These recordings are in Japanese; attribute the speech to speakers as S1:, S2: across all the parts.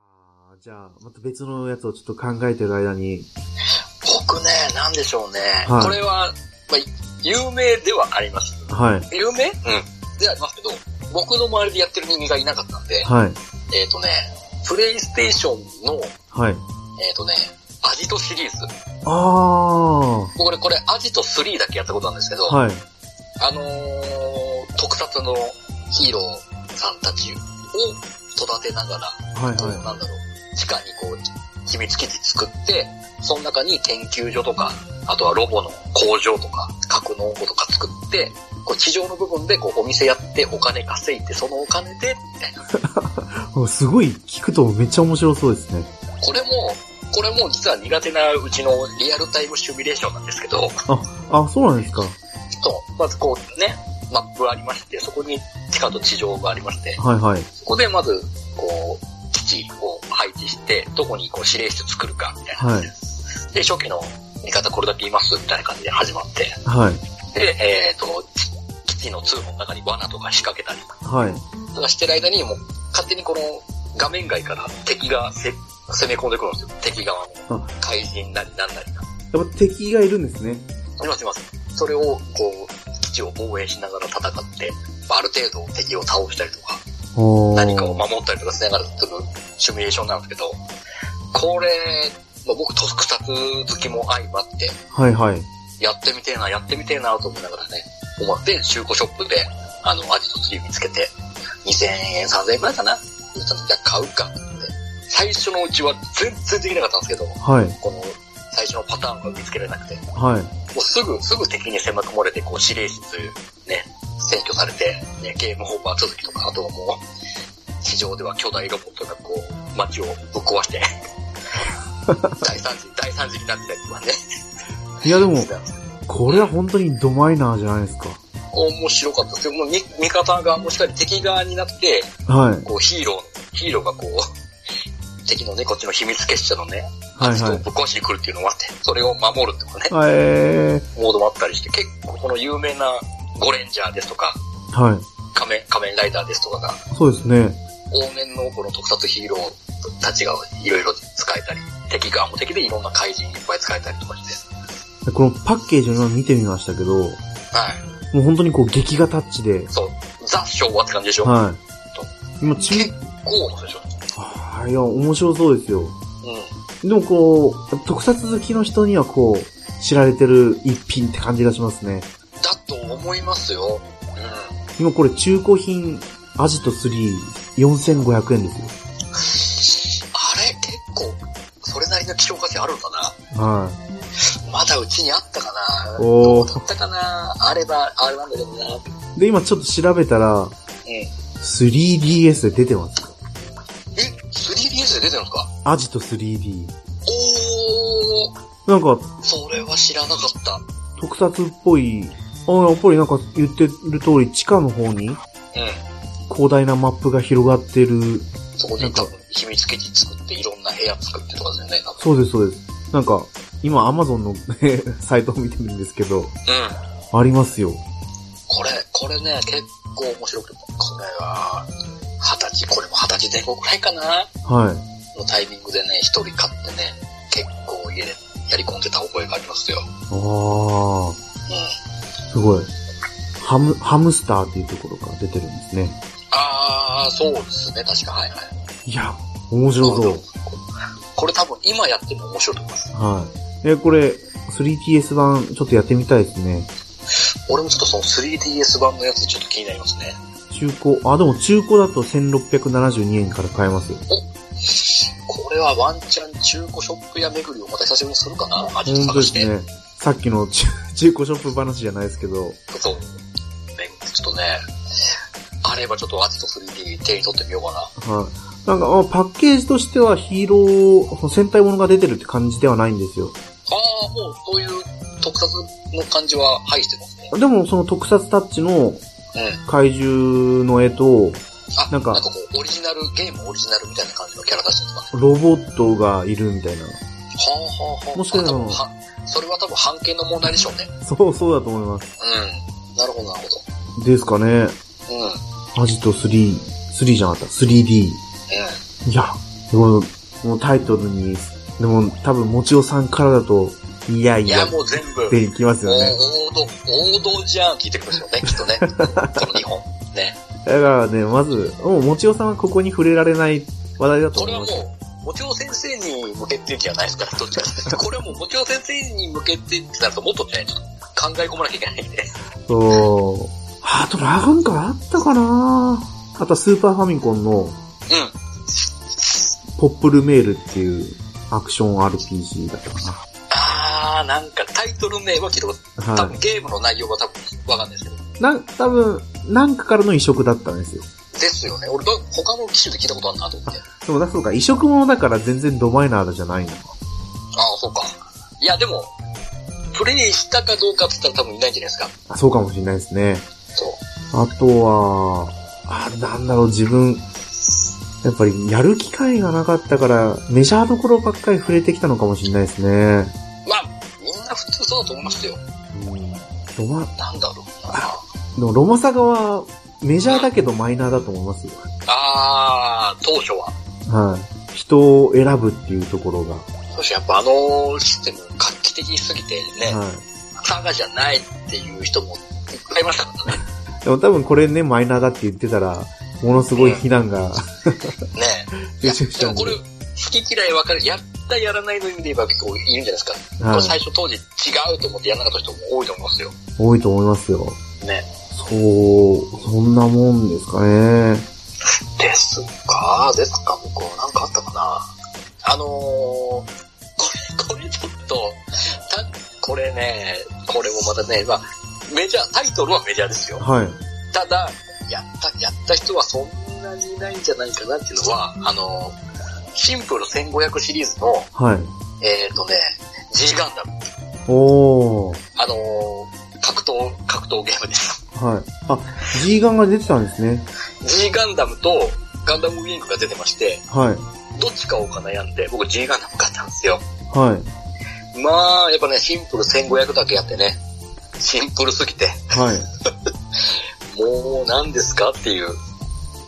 S1: あじゃあ、また別のやつをちょっと考えてる間に。
S2: 僕ね、なんでしょうね。
S1: はい
S2: これは、まあ、有名ではあります。
S1: はい。
S2: 有名うん。ではありますけど、僕の周りでやってる人間がいなかったんで、
S1: はい。
S2: えっ、とね、プレイステーションの、
S1: はい。
S2: えっ、とね、アジトシリーズ。
S1: ああ。は
S2: 僕ね、これアジト3だけやったことなんですけど、
S1: い。
S2: あのー、特撮のヒーローさんたちを育てながら、
S1: はい
S2: こう
S1: は
S2: なんだろう、地下にこう、秘密基地作って、その中に研究所とか、あとはロボの工場とか、格納庫とか作って、こう地上の部分でこうお店やってお金稼いで、そのお金で、みたい
S1: い
S2: な。
S1: あ。すごい聞くとめっちゃ面白そうですね。
S2: これも、これも実は苦手なうちのリアルタイムシミュレーションなんですけど、
S1: あ、そうなんですか。
S2: そう、まずこうね、マップありまして、そこに地下と地上がありまして、
S1: はいはい。
S2: そこでまず、こう、基地を配置して、どこにこう指令室作るか、みたいな感じです。で、初期の味方これだけいます、みたいな感じで始まって、
S1: はい。
S2: で、えっ、と、基基地の通路の中に罠とか仕掛けたり
S1: はい。
S2: とかしてる間に、もう、勝手にこの画面外から敵がせ攻め込んでくるんですよ。敵側の
S1: あ
S2: 怪人なりなんなりが。
S1: やっぱ敵がいるんですね。
S2: いますいます。それを、こう、基地を防衛しながら戦って、まあある程度敵を倒したりとか、
S1: おー
S2: 何かを守ったりとかしながらするシミュレーションなんですけど、これ、まあ、僕特撮好きも相まって、
S1: はいはい。
S2: やってみてえな、やってみてえなと思いながらね、思って、中古ショップで、あの、アジト3見つけて、2000円、3000円くらいかな。ちょっとじゃあ買うかって。最初のうちは全然できなかったんですけど、
S1: はい。
S2: この、最初のパターンが見つけられなくて、も
S1: はい。
S2: うすぐ、すぐ敵に狭く漏れて、こう、指令室、ね、占拠されて、ね、ゲームオーバー続きとか、あとはもう、地上では巨大ロボットがこう、街をぶっ壊 して、大惨事、大惨事になってたりとかね。
S1: い やでも
S2: し、てたんですけ
S1: これは本当にドマイナーじゃないですか。
S2: ど面白かったですよ。もう味味方が、もしかり敵側になって、
S1: はい。
S2: こうヒーロー、ヒーローがこう、 敵のね、こっちの秘密結社のね、
S1: はい
S2: 人
S1: は
S2: を
S1: い。
S2: ぶっ壊しに来るっていうのもあって、それを守るとかね、
S1: あえ
S2: モードもあったりして、結構この有名なゴレンジャーですとか、
S1: ー、はい。
S2: 仮面、仮面ライダーですとかが、
S1: そうですね。
S2: 往年のこの特撮ヒーローたちがいろいろ使えたり、敵側も敵でいろんな怪人いっぱい使えたりとかして。
S1: このパッケージを今見てみましたけど、も
S2: はい。
S1: う本当にこう劇画タッチで、
S2: そう、ザ昭和って感じでしょ、
S1: はい。今中、
S2: 結こうなんでしょ
S1: あーいや、面白そうですよ。
S2: う
S1: でもこう、特撮好きの人にはこう、知られてる一品って感じがしますね。
S2: ん。だと思いますよ。うん。
S1: 今これ中古品、アジト3、4500円ですよ。
S2: あれ、結構、それなりの希少価値あるんだな。
S1: は
S2: まだうちにあったかな
S1: おー
S2: どうだったかなあれば、あれなんだけどな。う
S1: い。
S2: ん。
S1: で、今ちょっと調べたら、
S2: え、
S1: 3DS で出てますよ。
S2: 3DS で出てるんですか
S1: アジト 3D。
S2: おー、
S1: なんか、
S2: それは知らなかった。
S1: 特撮っぽい、あやっぱりなんか言ってる通り、地下の方に
S2: うん。
S1: 広大なマップが広がってる。
S2: そこに多分秘密基地作っていろんな部屋作ってとかですよね。多分
S1: そうです、そうです。なんか、今 Amazon の サイトを見てるんですけど、
S2: うん。
S1: ありますよ。
S2: これ、これね、結構面白くて、これは、二十歳、これも二十歳前後くらいかな
S1: はい。
S2: のタイミングでね、一人買ってね、結構家でやり込んでた覚えがありますよ。
S1: ああ、
S2: うん。
S1: すごい。ハム、ハムスターっていうところから出てるんですね。
S2: あー、そうですね、確か、はいはい。
S1: いや、面白そう。
S2: これ多分今やっても面白いと思います。
S1: はい。え、これ、3TS 版、ちょっとやってみたいですね。
S2: 俺もちょっとその 3DS 版のやつちょっと気になりますね。
S1: 中古、あ、でも中古だと1672円から買えますよ。
S2: これはワンチャン中古ショップや巡りをまた久しぶりにするかな味を
S1: 本当
S2: 探
S1: で
S2: し
S1: す
S2: て。
S1: ね。さっきの中中古ショップ話じゃないですけど、
S2: そう。ねちょっとね、あればちょっとアジト 3D 手に取ってみようかな。
S1: はい。なんか、あパッケージとしてはヒーロー、その戦隊ものが出てるって感じではないんですよ。
S2: ああ、もうそういう特撮の感じは排してますね。
S1: でも、その特撮タッチの
S2: うん。
S1: 怪獣の絵と、
S2: あ、
S1: な
S2: なんん
S1: か
S2: かこう、オリジナル、ゲームオリジナルみたいな感じのキャラ出してます。
S1: ロボットがいるみたいな。
S2: はあはあはあ。
S1: もしかしたら
S2: あ多分はそれは多分版権の問題でしょうね。
S1: そう、そうだと思います。
S2: うん。なるほど、なるほど。
S1: ですかね。
S2: うん。うん。
S1: アジト3、3じゃなかった、3D。いや、でももうタイトルに、でも多分、もちおさんからだと、いやい
S2: い
S1: や
S2: や、
S1: っ
S2: もう全部、
S1: ていきますよね。
S2: 王道、王道じゃん聞いてくるんですよね、きっ とね。この日本。ね。
S1: だからね、まず、もうもちおさんはここに触れられない話題だと
S2: これ
S1: 思い
S2: は
S1: ま
S2: も
S1: す。
S2: う、もちろん先生に向けてじゃないですから、どっちかってい うとこれはもう、もちろん先生に向けてってなると、もっとね、考え込まなきゃいけないんで。
S1: そう。あ、ドラゴン感あったかなあとはスーパーファミコンの
S2: うん。
S1: ポップルメールっていうアクション RPG だったか
S2: あー、なんかタイトル名は聞いたこと、
S1: な。
S2: 多
S1: は
S2: 分ゲームの内容は多分わかんないですけど。
S1: い。なん、多分、なんかからの移植だったんですよ。
S2: ですよね。俺ど、他の機種で聞いたことあるなと思って。
S1: そうだ、そうか。移植ものだから全然ドマイナーじゃないのか。
S2: ああ、そうか。いや、でも、プレイしたかどうかって言ったら多分いないんじゃないですか。
S1: あそうかもしれないですね。
S2: そう。
S1: あとは、あ、なんだろう、自分、やっぱりやる機会がなかったから、メジャーどころばっかり触れてきたのかもしれないですね。
S2: まあ、みんな普通そうだと思いますよ。
S1: ロマ、
S2: なんだろうな。
S1: でもロマサガはメジャーだけどマイナーだと思いますよ。
S2: あー、当初は。
S1: はい。人を選ぶっていうところが。
S2: 当初やっぱあのシステム画期的すぎてね、
S1: は
S2: サガじゃないっていう人もいっぱいいましたからね。
S1: い。でも多分これね、マイナーだって言ってたら、ものすごい非難が、
S2: ねい
S1: 集
S2: や
S1: 中しち
S2: で
S1: ゃう
S2: も
S1: ん
S2: これ、好き嫌い分かる。やったやらないの意味で言えば結構いるんじゃないですか。こ
S1: は
S2: れ
S1: い。
S2: 最初当時違うと思ってやらなかった人も多いと思うんですよ。
S1: 多いと思いますよ。
S2: ね。
S1: そう、そんなもんですかね。
S2: ですかですか僕はなんかあったかなあのー、これ、これちょっと、たこれね、これもまたね、まあ、メジャー、タイトルはメジャーですよ。
S1: はい。
S2: ただ、やった、やった人はそんなにいないんじゃないかなっていうのは、あのー、シンプル1500シリーズの、
S1: はい。
S2: えっ、ー、とね、G ガンダム。
S1: おー。
S2: あのー、格闘、格闘ゲームです。
S1: はい。あ、G ガンが出てたんですね。
S2: G ガンダムとガンダムウィンクが出てまして、
S1: はい。
S2: どっち買おうか悩んで、僕 G ガンダム買ったんですよ。
S1: はい。
S2: まあ、やっぱね、シンプル1500だけやってね、シンプルすぎて、
S1: はい。
S2: もう何ですかっていう、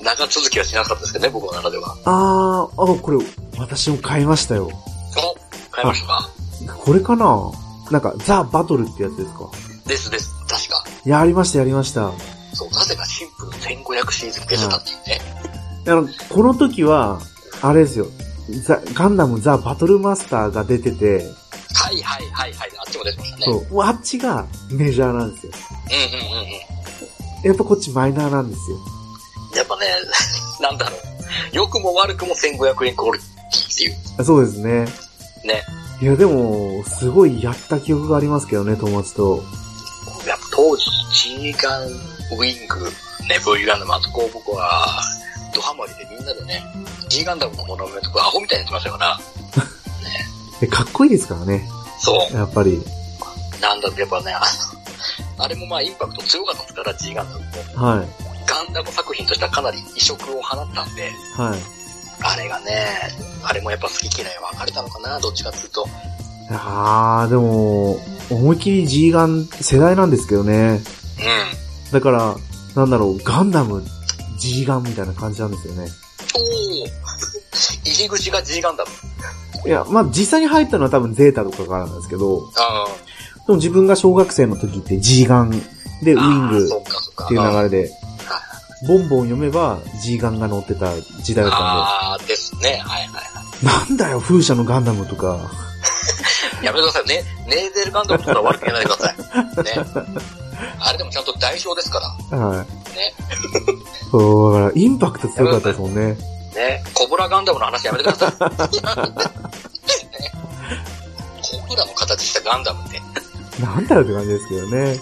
S2: 長続きはしなかったですけどね、僕の中では。
S1: あー、あ、これ、私も買いましたよ。
S2: お買いましたか
S1: これかななんか、ザ・バトルってやつですか。
S2: ですです、確か。
S1: やりました、やりました。
S2: そう、なぜかシンプル1500シリーズ出てたっていうね。
S1: あの、この時は、あれですよ。ザ、ガンダムザ・バトルマスターが出てて、
S2: はいはいはいはい、あっちも出てましたね。
S1: そう、もうあっちがメジャーなんですよ。
S2: うんうんうんうん。
S1: やっぱこっちマイナーなんですよ。
S2: やっぱね、 なんだろう。良くも悪くも1500円クオリティっていう。
S1: あそうですね。
S2: ね。
S1: いや、でも、すごいやった記憶がありますけどね、友達と。
S2: やっぱ当時、G ガン、ウィング、ね、V ガンダム、あそこを僕は、ドハマりでみんなでね、G ガンダムのモノマネとかアホみたいにやってましたから、
S1: え、かっこいいですからね。
S2: そう。
S1: やっぱり。
S2: なんだってやっぱね、あのあれもまあインパクト強かったですから、G ガンダムも。
S1: はい。
S2: ガンダム作品としてはかなり異色を放ったんで、
S1: はい。
S2: あれがね、あれもやっぱ好き嫌い分かれたのかな、どっちかっていうと。
S1: あー、でも、思いっきり G ガン世代なんですけどね。
S2: う
S1: だから、なんだろう、ガンダム、G ガンみたいな感じなんですよね。
S2: ん。おー入り口が G ガンダム。
S1: いや、まあ、実際に入ったのは多分ゼータとかからなんですけど、
S2: あ
S1: でも自分が小学生の時って G ガンでウ
S2: あ
S1: ィング
S2: そっ
S1: っ
S2: かそっか。
S1: ていう流れで
S2: あ、
S1: ボンボン読めば G ガンが載ってた時代だった
S2: あーですね。はいはいはい。
S1: んで、なんだよ、風車のガンダムとか、
S2: やめてください。ね、ネーゼルガンダムとか悪く言わないでください。ね。あれでもちゃんと代償ですから。
S1: はい。そう、だから、インパクト強かったですもんね。
S2: ね。コブラガンダムの話やめてください。 ねコブラの形したガンダムって。
S1: なんだよって感じですけどね。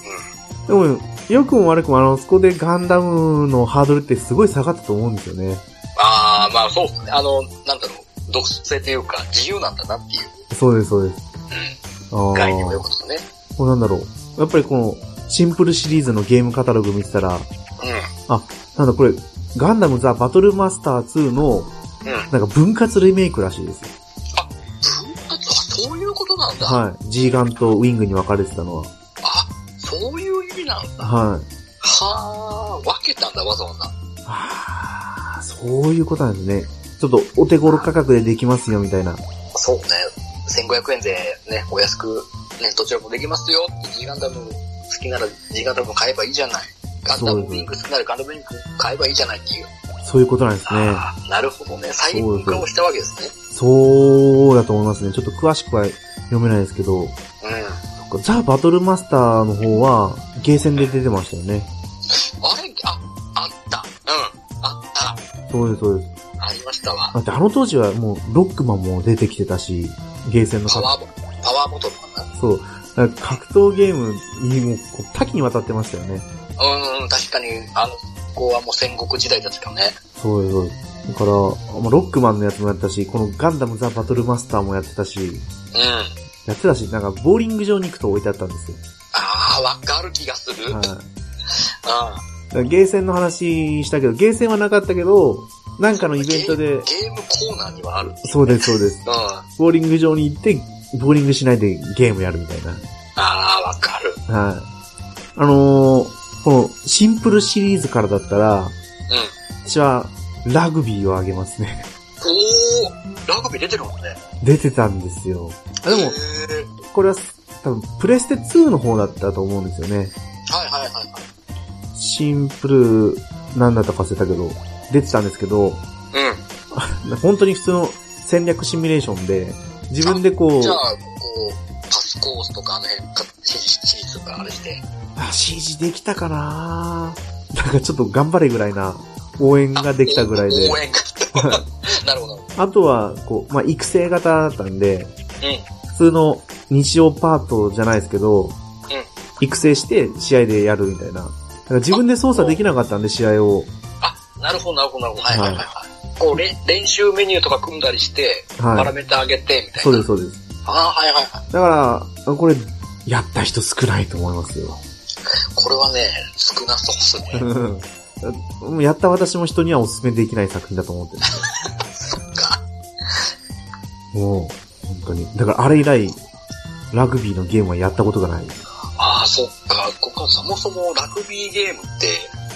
S1: でも、良くも悪くもあの、そこでガンダムのハードルってすごい下がったと思うんですよね。
S2: ああ、まあそうですね。あの、なんだろう。独性というか、自由なんだなっていう
S1: そうです、そうです。あー
S2: 概念もよかったね。
S1: こうなんだろう。やっぱりこの、シンプルシリーズのゲームカタログ見てたら、
S2: う
S1: なんだこれ、ガンダムザ・バトルマスター2の、
S2: ん。うん。
S1: なんか分割リメイクらしいですよ。
S2: 分割あ、そういうことなんだ。
S1: はい。G ガンとウィングに分かれてたのは。
S2: あ、そういう意味なんだ。
S1: はい。
S2: はあ、分けたんだ、わざわざ。
S1: あーそういうことなんですね。ちょっとお手頃価格でできますよみたいな。
S2: そうね。1500円でね、お安く、ね、どちらもできますよって G ガンダム好きなら G ガンダム買えばいいじゃない。ガンダムウィング好きならガンダムウィング買えばいいじゃないっていう。
S1: そういうことなんですね。
S2: ああ、なるほどね。細分化をしたわけですね。
S1: そうだと思いますね。ちょっと詳しくは読めないですけど。
S2: う
S1: そ
S2: ん。
S1: っかザ・バトルマスターの方は、ゲーセンで出てましたよね。
S2: あれあ、あった。うん。あっ
S1: そうです、そうです。
S2: た。ありましたわ。
S1: だってあの当時はもう、ロックマンも出てきてたし、ゲーセンの
S2: パ
S1: 格
S2: ワーボ、パワーボトルかな。
S1: そう。だから格闘ゲームにもこう多岐にわたってましたよね。
S2: うんうん、確かに、あの子はもう戦国時代だったよね。
S1: そうです、そうです。だから、まあロックマンのやつもやったし、このガンダムザ・バトルマスターもやってたし、
S2: うん。
S1: やってたし、なんか、ボーリング場に行くと置いてあったんですよ。
S2: ああ、わかる気がする。うん。
S1: は
S2: う
S1: い
S2: ん。
S1: だから。ゲーセンの話したけど、ゲーセンはなかったけど、なんかのイベントで、
S2: ゲームコーナーにはある。うん。
S1: そうです、そうです。
S2: あ
S1: ボーリング場に行って、ボーリングしないでゲームやるみたいな。
S2: あー、わかる。
S1: はい。あのー、このシンプルシリーズからだったら、私はラグビーをあげますね。
S2: おー、ラグビー出てるもんね。
S1: 出てたんですよ。あでも、
S2: へー
S1: これは多分プレステ2の方だったと思うんですよね。
S2: はいはいはいはい。
S1: シンプルなんだったか忘れたけど、出てたんですけど、
S2: うん。
S1: 本当に普通の戦略シミュレーションで、自分でこう
S2: じゃあ、、こう、パスコースとかあの辺、かシリシリーズとかあれして。
S1: あ CG できたかななんかちょっと頑張れぐらいな応援ができたぐらいで
S2: 応。援 が。なるほど。
S1: あとは、こう、まあ、育成型だったんで、
S2: ん
S1: 普通の日曜パートじゃないですけど、育成して試合でやるみたいな。だから自分で操作できなかったんで、試合を。
S2: あ、なるほどなるほどなるほど。はいはいはいはい。こう、れ練習メニューとか組んだりして、パラ
S1: はい。
S2: メータ上げて、みたいな。
S1: そうです、そうです。
S2: ああ、はいはいはい。
S1: だから、これ、やった人少ないと思いますよ。
S2: これはね、少なそうっすね。
S1: うん やった私も人にはお勧めできない作品だと思ってる。
S2: そっか。
S1: もう、本当に。だから、あれ以来、ラグビーのゲームはやったことがない。
S2: ああ、そっか。ここはそもそもラグビーゲームって、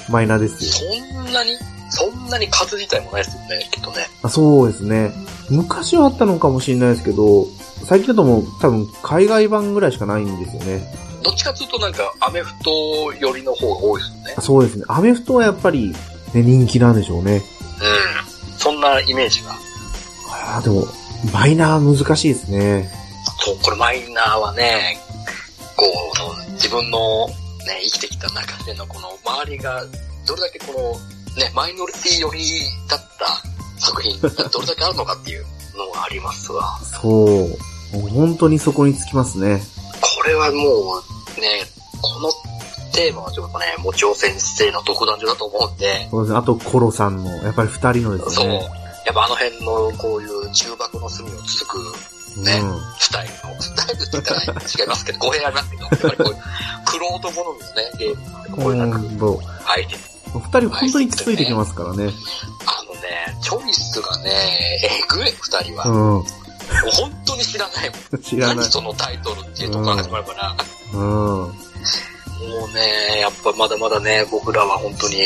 S1: マイナーですよ。
S2: そんなに、そんなに数自体もないですよね、きっとね。
S1: あそうですね。昔はあったのかもしれないですけど、最近だともう多分海外版ぐらいしかないんですよね。
S2: どっちかっていうとなんか、アメフト寄りの方が多いですよね。
S1: あそうですね。アメフトはやっぱり、ね、人気なんでしょうね。
S2: うん。そんなイメージが。
S1: ああ、でも、マイナー難しいですね。
S2: そう、これマイナーはね、こう、自分のね、生きてきた中でのこの周りが、どれだけこの、ね、マイノリティ寄りだった作品がどれだけあるのかっていうのがありますわ。
S1: そう。もう本当にそこにつきますね。
S2: これはもう、ね、このテーマはちょっとね、もちお先生の独壇場だと思うんで、
S1: そうですね。あと、コロさんの、やっぱり二人のです
S2: そう、
S1: ね。
S2: やっぱあの辺のこういう中爆の隅を続く
S1: う
S2: ね
S1: ん。
S2: スタイルの、スタイルって言ったら違いますけど、語弊ありますけど、やっぱりこういう、クロート好みのね、ゲームなんでこういうなんか
S1: うんと、
S2: 相手
S1: 二人本当につついてきますからね。
S2: あのね、チョイスがね、えぐい、二人は。も
S1: う
S2: う本当に知らないもん。
S1: ん。知ら
S2: 何
S1: ない。
S2: そのタイトルっていうところから始まるから、
S1: うん。
S2: もうね、やっぱまだまだね、僕らは本当に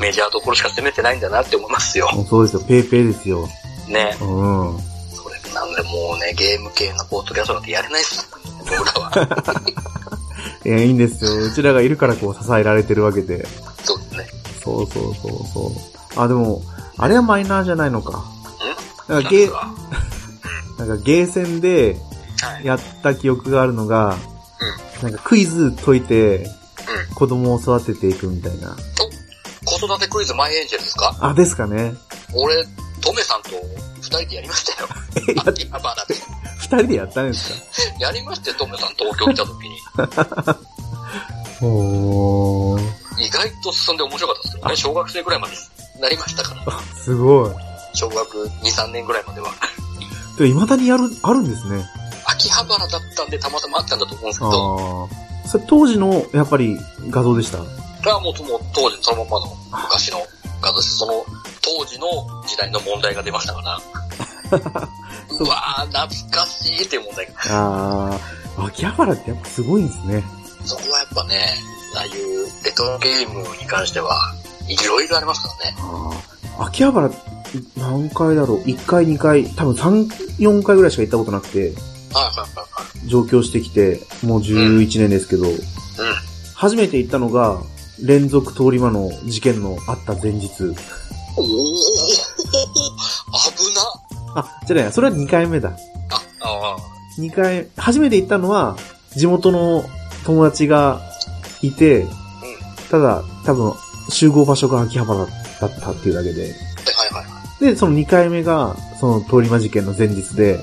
S2: メジャーどころしか攻めてないんだなって思いますよ。
S1: もうそうですよ。ペーペーですよ。
S2: ね。
S1: うん。
S2: それなんでもうね、ゲーム系のポートキャストなんてやれないっす。僕らは。
S1: いや、いいんですよ。うちらがいるからこう支えられてるわけで。
S2: そうですね。
S1: そうそうそうそう。あ、でも、あれはマイナーじゃないのか。なんかゲー、
S2: なんか
S1: なんかゲーセンで
S2: はい。
S1: やった記憶があるのが、なんかクイズ解いて、子供を育てていくみたいな。
S2: 子育てクイズマイエンジェルですか
S1: あ、ですかね。
S2: 俺、トメさんと二人でやりました よ。あ今まだで。
S1: 二人でやったんです
S2: やりましたよ、トメさん東京来た時に。
S1: かおー。
S2: 意外と進んで面白かったですけどね、小学生ぐらいまでなりましたから、
S1: すごい。
S2: 小学2、3年ぐらいまでは。
S1: でも、未だにやる、あるんですね。
S2: 秋葉原だったんでたまたまあったんだと思うんですけ
S1: あ
S2: ど、
S1: ー。それ当時の、やっぱり、画像でした。
S2: それはもうもう当時のそのままの昔の画像です。その当時の時代の問題が出ましたから、
S1: そう
S2: うわー、懐かしいっていう問題が。
S1: あー。秋葉原ってやっぱすごいんですね。
S2: そこはやっぱね、ああいうレトロゲームに関しては、いろいろありますからね。
S1: あー秋葉原、何回だろう ?1 回、2回、多分3、4回ぐらいしか行ったことなくて、
S2: はいはいは
S1: 上京してきて、もう11年ですけど、
S2: いはい。うん。
S1: 初めて行ったのが、連続通り魔の事件のあった前日。
S2: おー危な
S1: あ、じゃない、それは2回目だ。
S2: あ、ああ、
S1: 2回、初めて行ったのは、地元の友達がいて、ただ、多分、集合場所が秋葉原だったっていうだけで。
S2: はいはいは
S1: で、その2回目が、その通り魔事件の前日で、
S2: い。うん。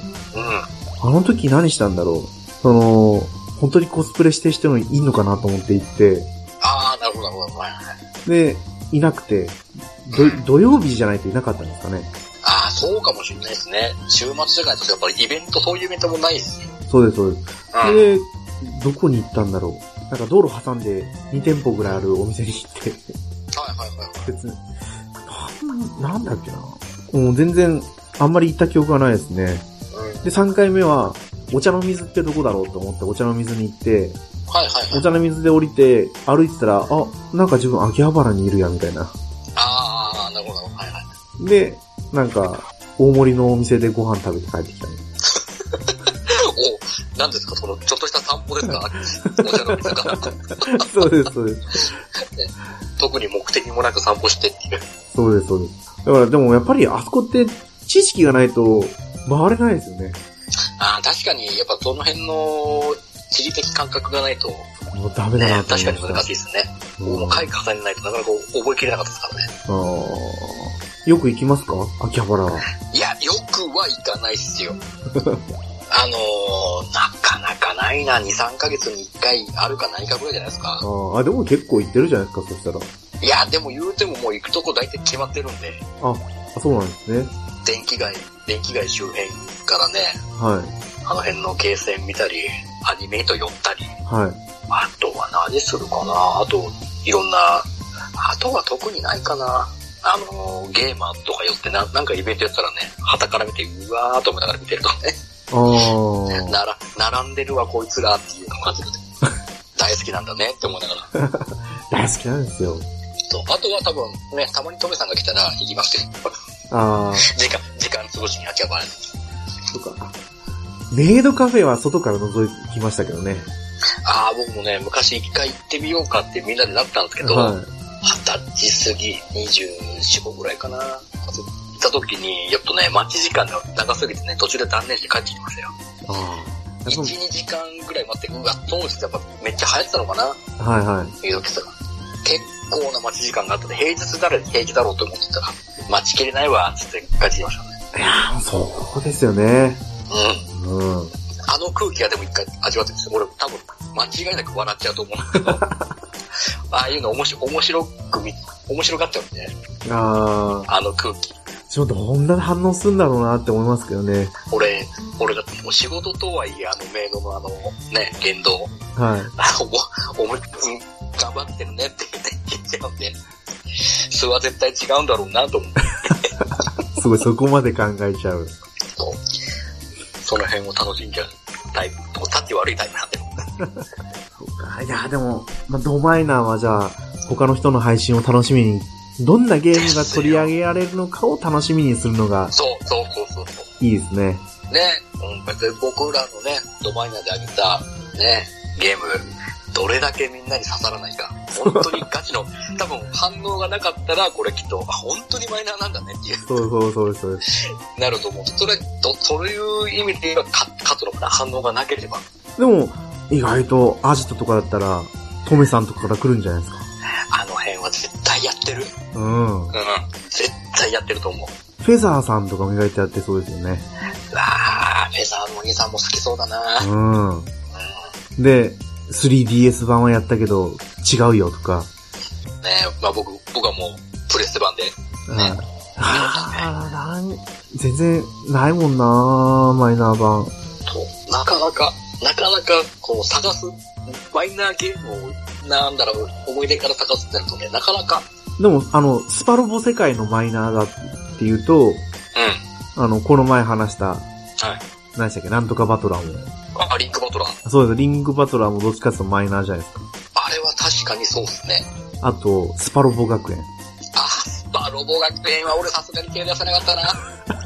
S1: あの時何したんだろうその、本当にコスプレしてる人もいいのかなと思って行って、
S2: ああ、なるほどなるほど。はいはい
S1: で、いなくて、
S2: うん
S1: ど、土曜日じゃないといなかったんですかね。
S2: ああ、そうかもしれないですね。週末じゃないとやっぱりイベント、そういうイベントもないですよ。
S1: そうです、そうです。
S2: うん。
S1: で、どこに行ったんだろうなんか道路挟んで2店舗ぐらいあるお店に行って、
S2: はいはいはいはい。
S1: 別に、なん、なんだっけな。もう全然、あんまり行った記憶がないですね。
S2: うん。
S1: で、3回目は、お茶の水ってどこだろうと思って、お茶の水に行って、
S2: はいはいは
S1: お
S2: い。
S1: 茶の水で降りて、歩いてたら、あ、なんか自分秋葉原にいるや、みたいな。
S2: ああ、なるほどなるほど。はいはい。
S1: で、なんか、大盛りのお店でご飯食べて帰って きたね。
S2: お、なんですか、その、ちょっとした散歩です かお茶の水が。
S1: そうです、そうです。
S2: 特に目的もなく散歩してっていう。
S1: そうです、そうです。だからでもやっぱりあそこって知識がないと回れないですよね。
S2: ああ、確かに、やっぱその辺の地理的感覚がないと、
S1: もうダメだな
S2: ね、
S1: と思
S2: 確
S1: いまし
S2: かに
S1: た。
S2: 難しいですね。
S1: うん
S2: もう回重ねないとなかなか覚えきれなかったですからね。
S1: あーよく行きますか秋葉原 は。
S2: いや、よくはいかないっすよ。 あのー、なかなかないな、2、3ヶ月に1回あるかないかぐらいじゃないです
S1: あ
S2: か。
S1: ーあ、でも結構行ってるじゃないですか、そしたら。
S2: いや、でも言うてももう行くとこ大体決まってるんで、
S1: あ、そうなんですね。
S2: 電気街、電気街周辺からね、
S1: はい。
S2: あの辺のゲーセン見たり、アニメイト寄ったり、
S1: はい。
S2: あとは何するかなあと、いろんな、あとは特にないかなあのー、ゲーマーとか寄ってな、なんかイベントやったらね、旗から見て、うわーと思いながら見てるとね、
S1: ああ。
S2: なら、並んでるわ、こいつらっていうのが出てくる。 大好きなんだねって思いながら。
S1: 大好きなんですよ。
S2: そうあとは多分ね、たまにトメさんが来たら行きますけど、
S1: ああ、
S2: 時間、時間過ごしに秋葉原に。
S1: そうか。メイドカフェは外から覗きましたけどね。
S2: ああ、僕もね、昔一回行ってみようかってみんなでなったんですけど、
S1: はい。
S2: 二十歳過ぎ、24、5ぐらいかな。行った時に、やっとね、待ち時間が長すぎてね、途中で断念して帰ってきましたよ。
S1: ああ。
S2: 1、
S1: やっ
S2: 2時間ぐらい待って、うわ、当時ってやっぱめっちゃ流行ってたのかな
S1: ぱはいはい。
S2: 言う時とか。結構な待ち時間があったんで、平日なら平気だろうと思ってたら、待ちきれないわ、つって帰ってきましたね。
S1: いやーそうですよね。
S2: うん。
S1: うん。
S2: あの空気はでも一回味わってます。俺多分、間違いなく笑っちゃうと思 うんだけど、ああいうの面白面白く見、面白がっちゃうんで、ね、
S1: ああ。
S2: あの空気。
S1: ちょっとどんな反応するんだろうなって思いますけどね。
S2: 俺、俺だってもう仕事とはいえ、あのメイドのあの、ね、言動、
S1: はい。
S2: あお、おも、うん、頑張ってるねって言って言っちゃうんで、素は絶対違うんだろうなと思って、
S1: すごい、そこまで考えちゃう。
S2: その辺を楽しんじゃうタイプ、立って悪いタイプなんで。
S1: そうか。いや、でも、まあ、ドマイナーはじゃあ、他の人の配信を楽しみに、どんなゲームが取り上げられるのかを楽しみにするのが
S2: そう、そう、そう、そう、そう。
S1: いいですね。
S2: ね、うん、別に僕らのね、ドマイナーであげた、ね、ゲーム、どれだけみんなに刺さらないか。本当にガチの、多分反応がなかったら、これきっと、あ、本当にマイナーなんだねっていう、
S1: そうそうそうですそうです。
S2: なると思う。それ、ど、そういう意味で言えば、か勝つのかな、反応がなければ。
S1: でも、意外とアジトとかだったら、トメさんとかから来るんじゃないです
S2: あの辺は絶対やってる。
S1: か。うん。
S2: うん
S1: フ。
S2: 絶対やってると思う。
S1: ェザーさんとかも意外とやってそうですよね。
S2: うわー、フェザーのお兄さんも好きそうだなうん。
S1: うん。で、3DS 版はやったけど、違うよとか。
S2: ねまあ僕、僕はもう、プレステ版で。
S1: はい。ああ、なん、全然ないもんなマイナー版。
S2: そうなかなか、なかなか、こう、探す、マイナーゲームを、なんだろう、思い出から探すってなるとね、なかなか、
S1: でも、あの、スパロボ世界のマイナーだっていうと、
S2: うん。
S1: あの、この前話した、
S2: はい。
S1: 何でしたっけ、なんとかバトラーも。
S2: あ、リンクバトラー。
S1: そうです、リングバトラーもどっちかっていうとマイナーじゃないですか。
S2: あれは確かにそうっすね。
S1: あと、スパロボ学園。
S2: あ、スパロロボ学園は俺さすがに手出さなかったな。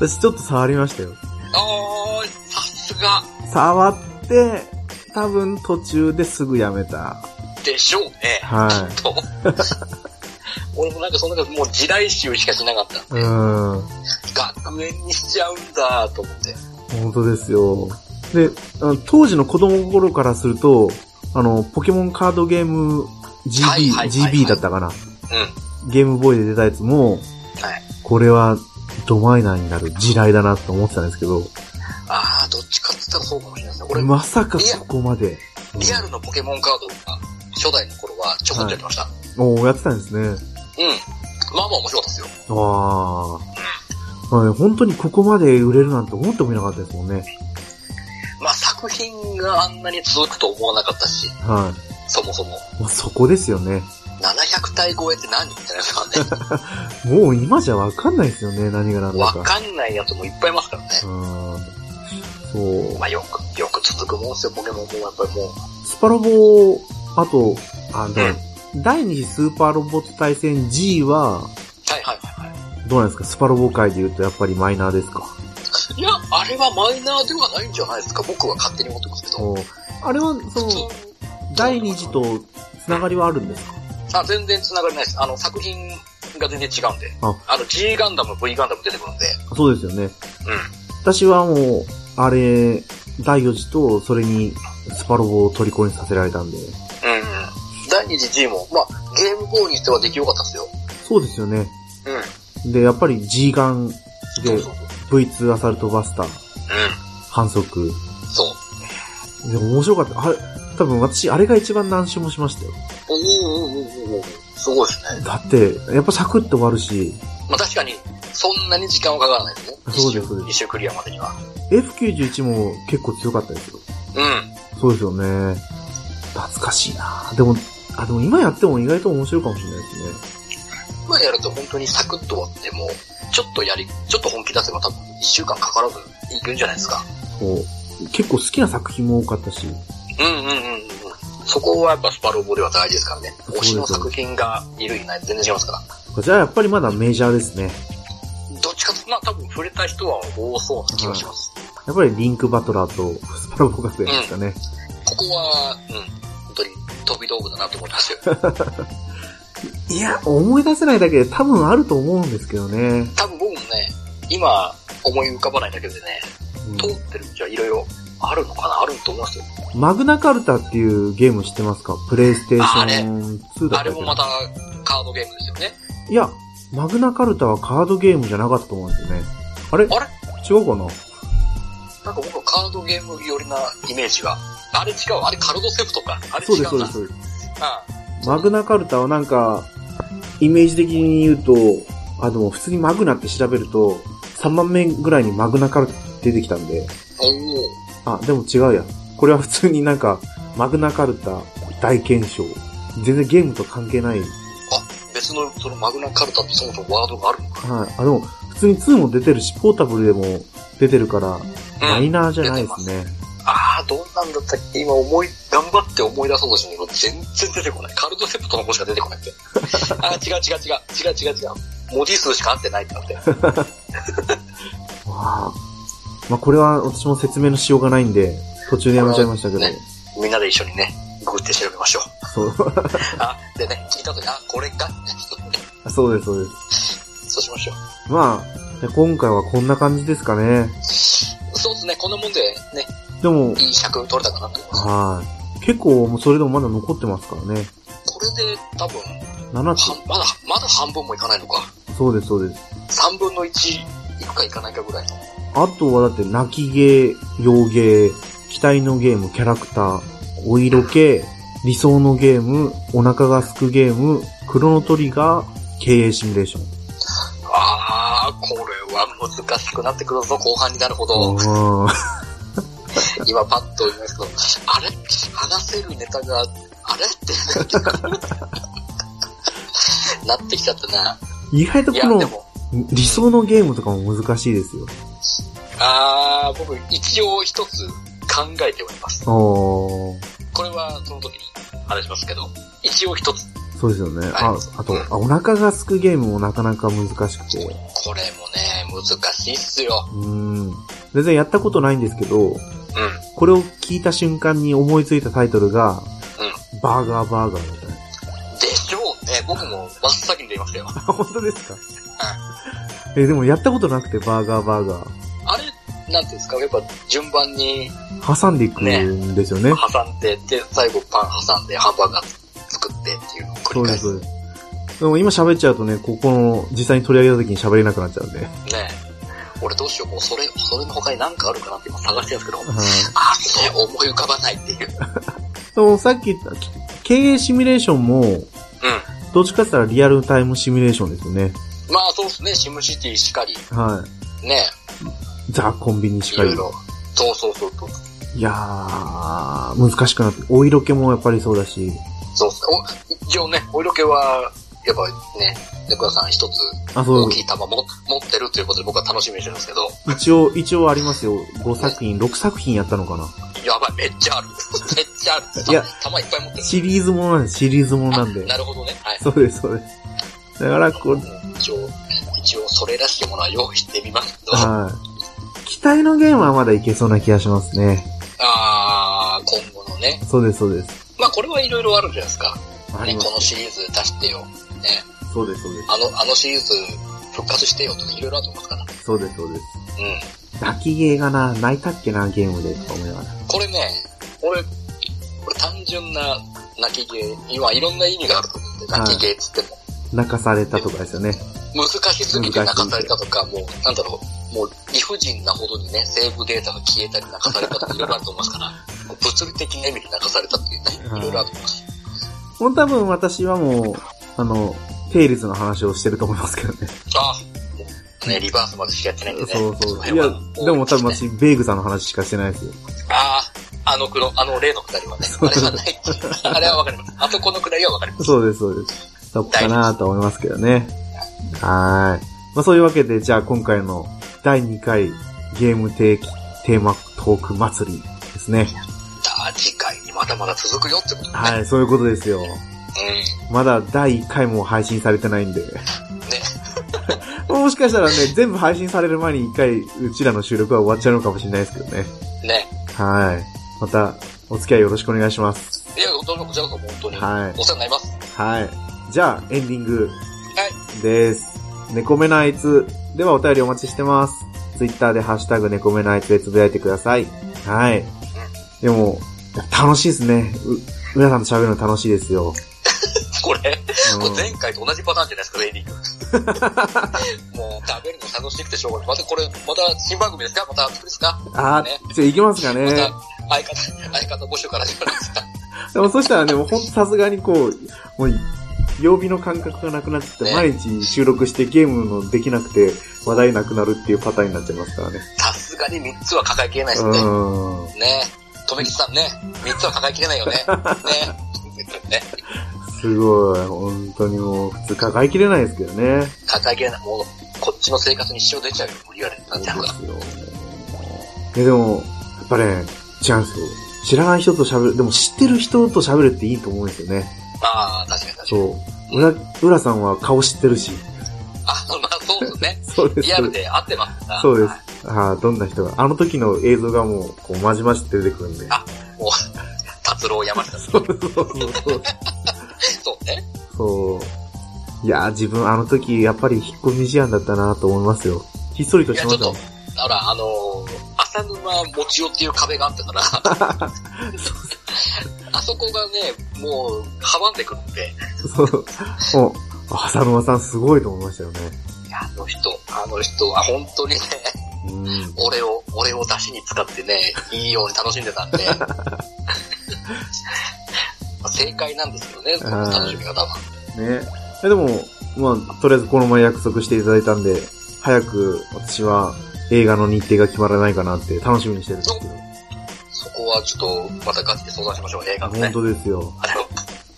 S1: 私ちょっと触りましたよ。
S2: おー、さすが
S1: 触って、多分途中ですぐやめた。
S2: でしょうね。
S1: は
S2: と。俺もなんかその中でもう地雷集しかしなかったん
S1: い。う
S2: で、
S1: ん。
S2: 学園にしちゃうんだと思って。
S1: 本当ですよ。で、あの当時の子供頃からすると、あの、ポケモンカードゲーム GB、
S2: はいはいはいはい
S1: GB だったかな。
S2: う
S1: ゲームボーイで出たやつも、
S2: はい
S1: これはドマイナーになる地雷だなと思ってたんですけど、
S2: あー、どっちかって言ったらそうかもしれないですね。俺、
S1: まさかそこまで。
S2: リアルのポケモンカードが初代の頃はちょこっとやってました。
S1: おおやってたんですね。
S2: うん。まあまあ面白かったです
S1: あ
S2: よ。
S1: あ。まあね、本当にここまで売れるなんて思ってもいなかったですもんね。
S2: まあ作品があんなに続くと思わなかったし、
S1: は
S2: そもそも。
S1: い。まあ、そこですよね。
S2: 700体超えって何みたいなやつがね。
S1: もう今じゃわかんないですよね、何が何だ
S2: わ
S1: か。
S2: かんないやつもいっぱいいますからね。
S1: うん。そう。
S2: まあよく、よく続くもんですよ、ポケモンも。やっぱりもう。
S1: スパロボ、あと、あの、
S2: うん
S1: 第二次スーパーロボット対戦 G は、
S2: はいはいはいは
S1: どうなんですかスパロボ界で言うとやっぱりマイナーですか
S2: い。いや、あれはマイナーではないんじゃないですか、僕は勝手に思ってますけど。
S1: おあれは、そ
S2: 普通
S1: の、第二次とつながりはあるんですか
S2: あ、全然繋がりないです。あの、作品が全然違うんで。
S1: あ
S2: あの、G ガンダム、V ガンダム出てくるんで。
S1: そうですよね。
S2: うん。
S1: 私はもう、あれ、第四次と、それに、スパロボを虜にさせられたんで。
S2: うんうん。第二次 G も、まあ、ゲームボーイにしては出来よかったですよ。
S1: そうですよね。
S2: うん。
S1: で、やっぱり G ガン
S2: そ
S1: で
S2: う、そうそう。
S1: V2 アサルトバスター、反則。
S2: うん。そう。
S1: いや、面白かった。あれ、多分私、あれが一番何周もしましたよ。
S2: おおおーおーおーおーすごいですね。
S1: だって、やっぱサクッと終わるし、
S2: まあ確かに、そんなに時間はかからないですね。
S1: そうです
S2: 一周一周クリアまでには。
S1: F91 も結構強かったですよ。
S2: うん。
S1: そうですよね。懐かしいなでも、あ、でも今やっても意外と面白いかもしれないですね。
S2: 今やると本当にサクッと終わっても、ちょっとやり、ちょっと本気出せば多分一週間かからずいくんじゃないですか。
S1: そう。結構好きな作品も多かったし、
S2: うんうんうんうん。そこはやっぱスパロボでは大事ですからね。
S1: うです
S2: 推しの作品がいるいない全然違いますから。
S1: じゃあやっぱりまだメジャーですね。
S2: どっちかと、まあ多分触れた人は多そうな気がします。
S1: やっぱりリンクバトラーとスパロボ学園ですかね。
S2: ここは、うん、本当に飛び道具だなと思い ますよ。
S1: いや、思い出せないだけで多分あると思うんですけどね。
S2: 多分僕もね、今思い浮かばないだけでね、通
S1: う
S2: ってるじゃいろいろあるのかなあると思いますよ。
S1: んマグナカルタっていうゲーム知ってますかプレイステーション2だ
S2: あ
S1: った
S2: れ
S1: っけ
S2: も
S1: な
S2: またカードゲームですよね。
S1: いや、マグナカルタはカードゲームじゃなかったと思うんですよね。あれ
S2: あれ
S1: 違うかな
S2: なんか僕はカードゲーム寄りなイメージが。あれ違う、あれカルドセフトか。あれ
S1: そう
S2: 違う
S1: で
S2: な。
S1: す、そうです、そうです。
S2: う
S1: マグナカルタはなんか、イメージ的に言うと、あ、でも普通にマグナって調べると、3番目ぐらいにマグナカルタ出てきたんで、
S2: ん。おー
S1: あ、でも違うや。これは普通になんか、マグナカルタ大検証。全然ゲームと関係ない。はい。
S2: 別のそのマグナカルタってそもそもワードがあるのか。
S1: あ、でも、普通に2も出てるし、ポータブルでも出てるから、マイナーじゃないですね。
S2: ああ、どんなんだったっけ今思い、頑張って思い出そうとしても全然出てこない。カルドセプトの子しか出てこ ないって。ああ、違う違う違う。違う違う違う。文字数しか合ってないってなって。
S1: わあ。まあ、これは私も説明のしようがないんで、途中でやめちゃいましたけど。
S2: ねみんなで一緒にね、ググって調べましょう。
S1: そう。
S2: あ、でね、聞いたとき、あ、これか。
S1: そうです、そうで
S2: そうしましょう。
S1: す。まあ、じゃあ今回はこんな感じですかね。
S2: そうですね、こんなもんでね、
S1: でも、
S2: いい尺取れたかなと思います。
S1: はい。結構、もうそれでもまだ残ってますからね。
S2: これで多分、
S1: 7
S2: は
S1: つ。
S2: まだ、まだ半分もいかないのか。
S1: そうです、そうです。
S2: 3分の1いくかいかないかぐらいの。
S1: あとはだって、泣きゲー、洋ゲー、機体のゲーム、キャラクター、お色系、理想のゲーム、お腹がすくゲーム、クロノトリガー、経営シミュレーション。
S2: あー、これは難しくなってくるぞ、後半になるほど。
S1: うん。
S2: 今パッと言いますけど、あれ話せるネタが、あれって。なってきちゃったな。
S1: 意外と
S2: い
S1: こ
S2: や、
S1: の
S2: で、も、
S1: 理想のゲームとかも難しいですよ。
S2: あー、僕一応一つ考えております。
S1: おー。
S2: これはその時に話しますけど、一応一つ
S1: そうですよね。あ
S2: はい、
S1: あと、あお腹がすくゲームもなかなか難しくて。
S2: これもね、難しいっすよ。
S1: うーん。全然やったことないんですけど、
S2: うん。うん。
S1: これを聞いた瞬間に思いついたタイトルが、バーガーバーガーみたいな。
S2: でしょうね。僕も真っ先に出ましたよ。
S1: あ、本当ですかえ、でもやったことなくて、バーガーバーガー。
S2: あれ、なんていうんですか、やっぱ順番に
S1: 挟んでいくんですよね。
S2: 挟んでって、最後パン挟んでハンバーガー作ってっていうのを繰
S1: そう
S2: り
S1: で
S2: 返す。
S1: す。でも今喋っちゃうとね、ここの実際に取り上げた時に喋れなくなっちゃうんで。は い。
S2: ねえ俺どうしよう、もうそれ、それの他に何かあるかなって今探してるんですけど、あ、それ思い浮かばないっていう。
S1: でもさっき言った、き経営シミュレーションも、
S2: う
S1: どっちかって言ったらリアルタイムシミュレーションですよね。
S2: ん。まあそうですね、シムシティしかり、
S1: は
S2: ね
S1: い。ザ・コンビニし
S2: い
S1: か
S2: ろ
S1: り
S2: い。ろ。そうそうそうそう。
S1: いやー、難しくなって、お色気もやっぱりそうだし、
S2: そうですね。お一応ね、お色気は、やっぱね、猫屋さん一つ
S1: あ、そう
S2: 大、きい玉も持ってるということで僕は楽しみにしてるんですけど、
S1: 一応、一応ありますよ。5作品、6作品やったのかな。
S2: やばい、めっちゃある。めっちゃある。
S1: いや
S2: 玉いっぱい持ってる。
S1: シリーズものなんです、シリーズものなん
S2: あ
S1: で。
S2: なるほどね。はい。
S1: そうです、そうです。だから、こう、
S2: 一応、一応それらしきものは用意してみますけど、あ
S1: はい。期待のゲームはまだいけそうな気がしますね。
S2: あー今後のね。
S1: そうです、そうです。
S2: まあこれはいろいろあるんじゃないですか。
S1: あ
S2: ね、このシリーズ出してよ。ね、
S1: そうです、そうで
S2: あの、あのシリーズ復活してよとかいろいろあると思いますから。
S1: す。そうです、そうです。
S2: うん。
S1: 泣きゲーがな、泣いたっけな、ゲームで、とか思いながら。
S2: これね、俺、俺単純な泣き芸、今いろんな意味があると思うんで、
S1: はい
S2: 泣き芸っつっても。
S1: 泣かされたとかですよね。
S2: 難しすぎて泣かされたとか、もう、なんだろう、もう理不尽なほどにね、セーブデータが消えたり泣かされたとかいろいろあると思います から、もう物理的な意味で泣かされたっていう
S1: はい
S2: ね、いろいろあると思います。
S1: もう多分私はもう、あの、テイルズの話をしてると思いますけどね。
S2: ああ、もうね、リバースまでしかやってないんでね。
S1: そう
S2: の
S1: そう。い
S2: 辺
S1: や
S2: は、
S1: でも多分
S2: 大きいすね
S1: 私、ベイグさんの話しかしてないですよ。
S2: ああ、あの黒、あの例のくだりはね、あれはないっていう。あれはわかります。あそこのくだりはわかります。
S1: そうです、そうです。そっかなと思いますけどね。はーい。まあそういうわけで、じゃあ今回の第2回ゲーム定期テーマトーク祭りですね。
S2: さあ、次回にまだまだ続くよってことね。
S1: はい、そういうことですよ。
S2: うん。
S1: まだ第1回も配信されてないんで。
S2: ね。
S1: もしかしたらね、全部配信される前に1回、うちらの収録は終わっちゃうのかもしれないですけどね。
S2: ね。
S1: はい。また、お付き合いよろしくお願いします。
S2: いや、どうもこちらこそ本当に。
S1: はい
S2: お世話になります。
S1: はい。じゃあ、エンディング
S2: はい。
S1: です。猫目のあいつではお便りお待ちしてます。ツイッターでハッシュタグ猫目のあいつでつぶやいてください。はい。でも、楽しいですね。う、皆さんと喋るの楽しいです よ。
S2: これ、
S1: うん
S2: もう前回と同じパターンじゃないですか、エンディン グ。もう食べるの楽しくてしょうがない。またこれ、また新番組ですかまた作りですか
S1: あ
S2: ね
S1: ー、ちょ、いきますか
S2: ま
S1: ね。
S2: た相方、相方募集から始まるんですか
S1: でもそしたらね、もうほんとさすがにこう、もう、曜日の感覚がなくなっちゃって、
S2: ね
S1: 毎日収録してゲームのできなくて話題なくなるっていうパターンになっちゃいますからね。
S2: さすがに3つは抱えきれないです
S1: う
S2: ね。
S1: ーん。
S2: ねとめきちさんね、3つは抱えきれないよね。 ねね
S1: すごい。本当にもう、普通抱えきれないですけどね。
S2: 抱えきれない。もう、こっちの生活に支障出ちゃうよ。もう言われてたんて
S1: そうですよ。え、でも、やっぱね、違うんですよ。知らない人と喋る、でも知ってる人と喋るっていいと思うんですよね。
S2: ああ、確かに確かに。
S1: そう。うら、うらさんは顔知ってるし。
S2: あ、まあそうですね。
S1: そうです。
S2: リアルで合ってますから
S1: そうです。ああ、どんな人が。あの時の映像がもう、こう、まじまじって出てくるんで。
S2: あもう、達郎山下さん。
S1: そうそうそうそう。
S2: そうね。
S1: そう。いやー、自分あの時、やっぱり引っ込み思案だったなと思いますよ。ひっそりと
S2: い
S1: し
S2: や、
S1: て
S2: ち
S1: ま
S2: ょっ
S1: した
S2: と
S1: もん。、
S2: だから、あのー浅沼持ちよっていう壁があったから、 あそこがね、もう、阻んでくるんで、
S1: そう。もう、浅沼さんすごいと思いましたよね。
S2: いやあの人、あの人は本当にね、
S1: うん。
S2: 俺を、俺を出しに使ってね、いいように楽しんでたん で、正解なんですけどね、その楽しみ方は。
S1: ね。えでも、まあ、とりあえずこの前約束していただいたんで、早く私は映画の日程が決まらないかなって楽しみにしてるんですけど。
S2: そこはちょっと、またガチで相談しましょう、映画の
S1: 本
S2: ね。
S1: 当ですよ。
S2: あれを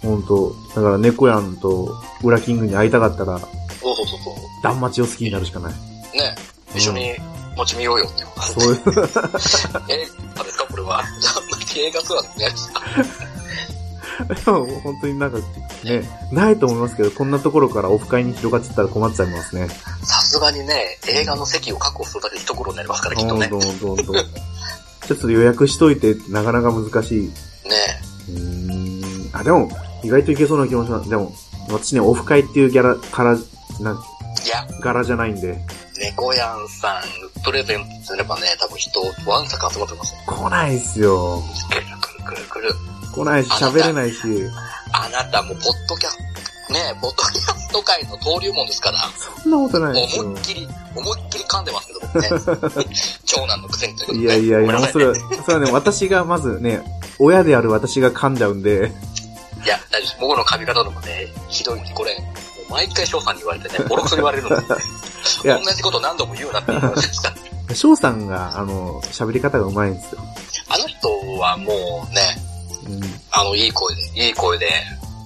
S1: 本当だから猫やんとウラキングに会いたかったら、
S2: そうそうそうそう。
S1: ダンマチを好きになるしかない。
S2: ね、一緒に持ち見ようよってことなんで
S1: そういう、
S2: 映画ですかこれは。じゃあ、映画ツアーですね。
S1: でも 本当になんか、ね、ないと思いますけど、こんなところからオフ会に広がっちゃったら困っちゃいますね。
S2: さすがにね、映画の席を確保するだけで一苦労になりますから、きっとね。
S1: どんどんどんどん。ちょっと予約しといてってなかなか難しい。う
S2: ね
S1: ーん。あ、でも、意外といけそうな気もします。でも、私ね、オフ会っていうギャラ、から、なん、
S2: いや、
S1: 柄じゃないんで、
S2: 猫やんさん、プレゼントすればね、多分人、ワンサか集まってますよ。
S1: 来ないっすよ。
S2: くるくるくるくる。
S1: 来ないし、喋れないし。
S2: あなたも、ポッドキャスト、ねポッドキャスト界の登竜門ですから、
S1: そんなことないです
S2: 思
S1: よ
S2: いっ。きり、思いっきり噛んでますけど、僕ね。 長男のくせにということで、
S1: い
S2: ね。
S1: やいやい
S2: ごめ
S1: や、
S2: んな
S1: もう
S2: さい
S1: それは、それはね、私がまずね、親である私が噛んじゃうんで、
S2: いや、大丈夫です。僕の髪型のもね、ひどいんで、これ、もう毎回翔さんに言われてね、ボロクソに言われるので、
S1: いや
S2: 同じこと何度も言うなって言われてました。
S1: 翔さんが、あの、喋り方が上手いんですよ。
S2: あの人はもうね、
S1: うん。
S2: あの、いい声で、いい声で、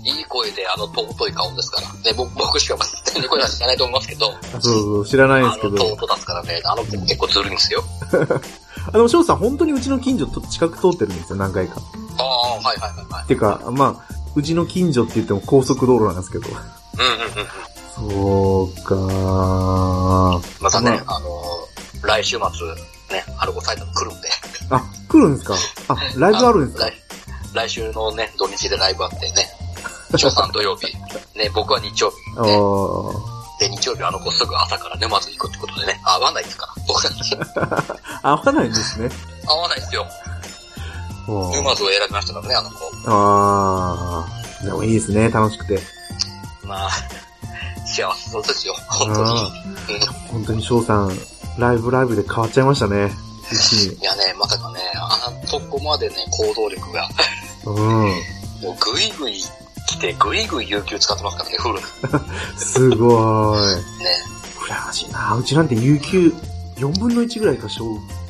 S2: いい声で、あの、尊い顔ですから。ね、僕、僕しか絶対に声出し知らないと思いますけど、
S1: あそうそう、知らないんで
S2: あ
S1: すけ
S2: の、
S1: ど。
S2: 尊出すからね、あの子結構ずるいんですよ。
S1: あ、でも翔さん本当にうちの近所と近く通ってるんですよ、何回か。
S2: ああ、はいはいはいはい。
S1: てか、まあ、うちの近所って言っても高速道路なんですけど。
S2: うんうんうん。
S1: そうかー
S2: またね、
S1: ま
S2: あの、来週末、ね、アルゴ埼玉来るんで、
S1: あ、来るんですかあ、ライブあるんですか
S2: 来来週のね、土日でライブあってね、翔さん土曜日、ね、僕は日曜日、
S1: あー
S2: で、日曜日あの子すぐ朝からね、まず行くってことでね、会わないですから、僕たち。
S1: あ、合わないんですね。
S2: 会わないですよ。
S1: もう
S2: 沼津を選びましたからね、あの子。
S1: あーでもいいですね、楽しくて。
S2: まあ、幸せそうですよ、本当に。
S1: 本当に翔さん、ライブライブで変わっちゃいましたね。一気に。
S2: いやね、まさかね、あそこまでね、行動力が、
S1: うん。
S2: もうぐいぐい来て、ぐいぐい有給使ってますからね、フルね。
S1: すごーい。羨ましいな。うちなんて有給4分の1ぐらいか消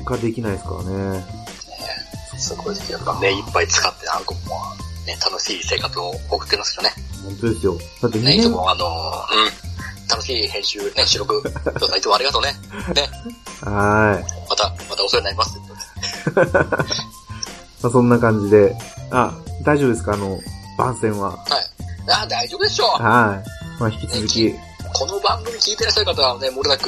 S1: 化できないですからね。
S2: すごいですよ。やっぱ目いっぱい使って、あの子も、ね、楽しい生活を送ってますよね。
S1: 本当ですよ。だって2
S2: ね、いつ
S1: 年、
S2: もあのーうん、楽しい編集、ね、収録、そうだいつもありがとうね。ね、
S1: はーい。
S2: また、またお世話になります。
S1: まあ、そんな感じで。あ、大丈夫ですかあの、番宣は。
S2: ああ、大丈夫でしょう。
S1: はい。まあ、引き続き。
S2: この番組聞いてらっしゃる方はね、もれなく、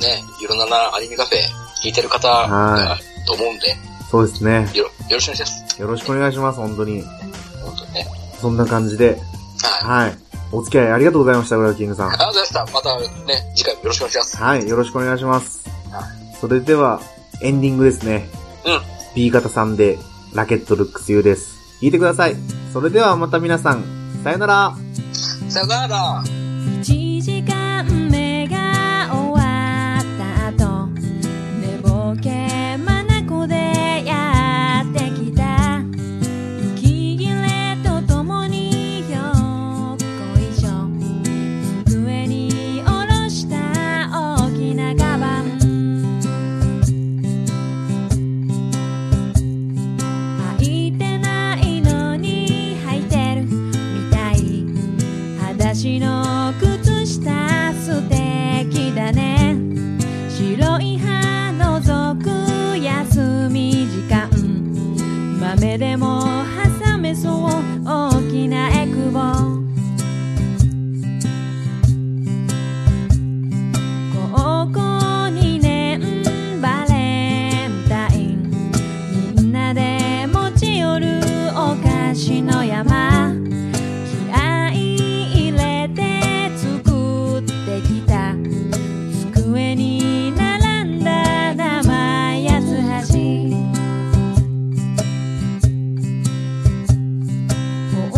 S2: ね、いろんなアニメカフェ聞いてる方
S1: は
S2: だと思うんで、
S1: そうですね。
S2: よよろしくお願いします。
S1: よろしくお願いします。本当に。
S2: 本当にね。
S1: そんな感じで。
S2: はい。
S1: はい。お付き合いありがとうございました、裏キングさん。
S2: ありがとうございました。またね、次回もよろしくお願いします。
S1: はい、よろしくお願いします
S2: は。
S1: それでは、エンディングですね。
S2: うん。
S1: B 型さんで、ラケットルックス U です。聞いてください。それではまた皆さん、さよなら。
S2: さよなら。
S3: 1時間目が終わった後寝ぼけまなこでやってきた息切れとともによっこいしょ上に下ろした大きなカバン履いてないのに履いてるみたい裸足の靴下素敵だね白い歯のぞく休み時間豆でも挟めそう大きなエクボ高校2年バレンタインみんなで持ち寄るお菓子の山気合い入れて作ってきた机に並んだ生八つ橋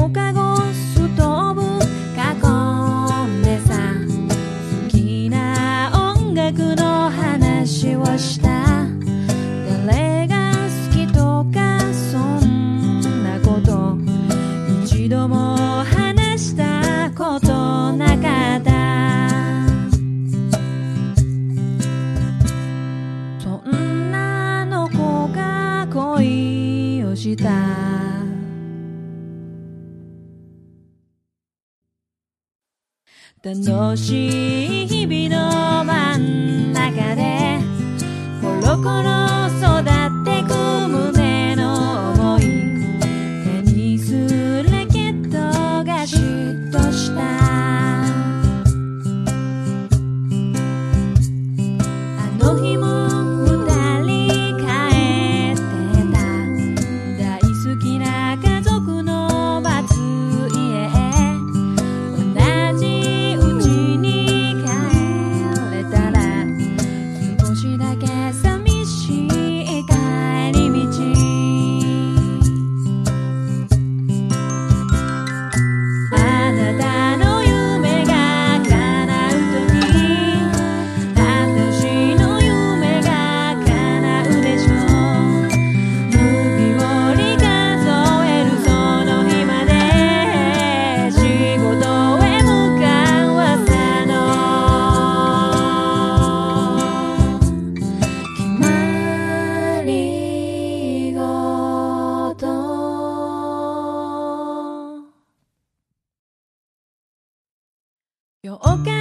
S3: 放課後ストーブ囲んでさ好きな音楽の話をした誰が好きとかそんなこと一度も話したことなかったそんなの子が恋をした楽しい日々の真ん中でコロコロ育ってく胸の想い手にするラケ妖怪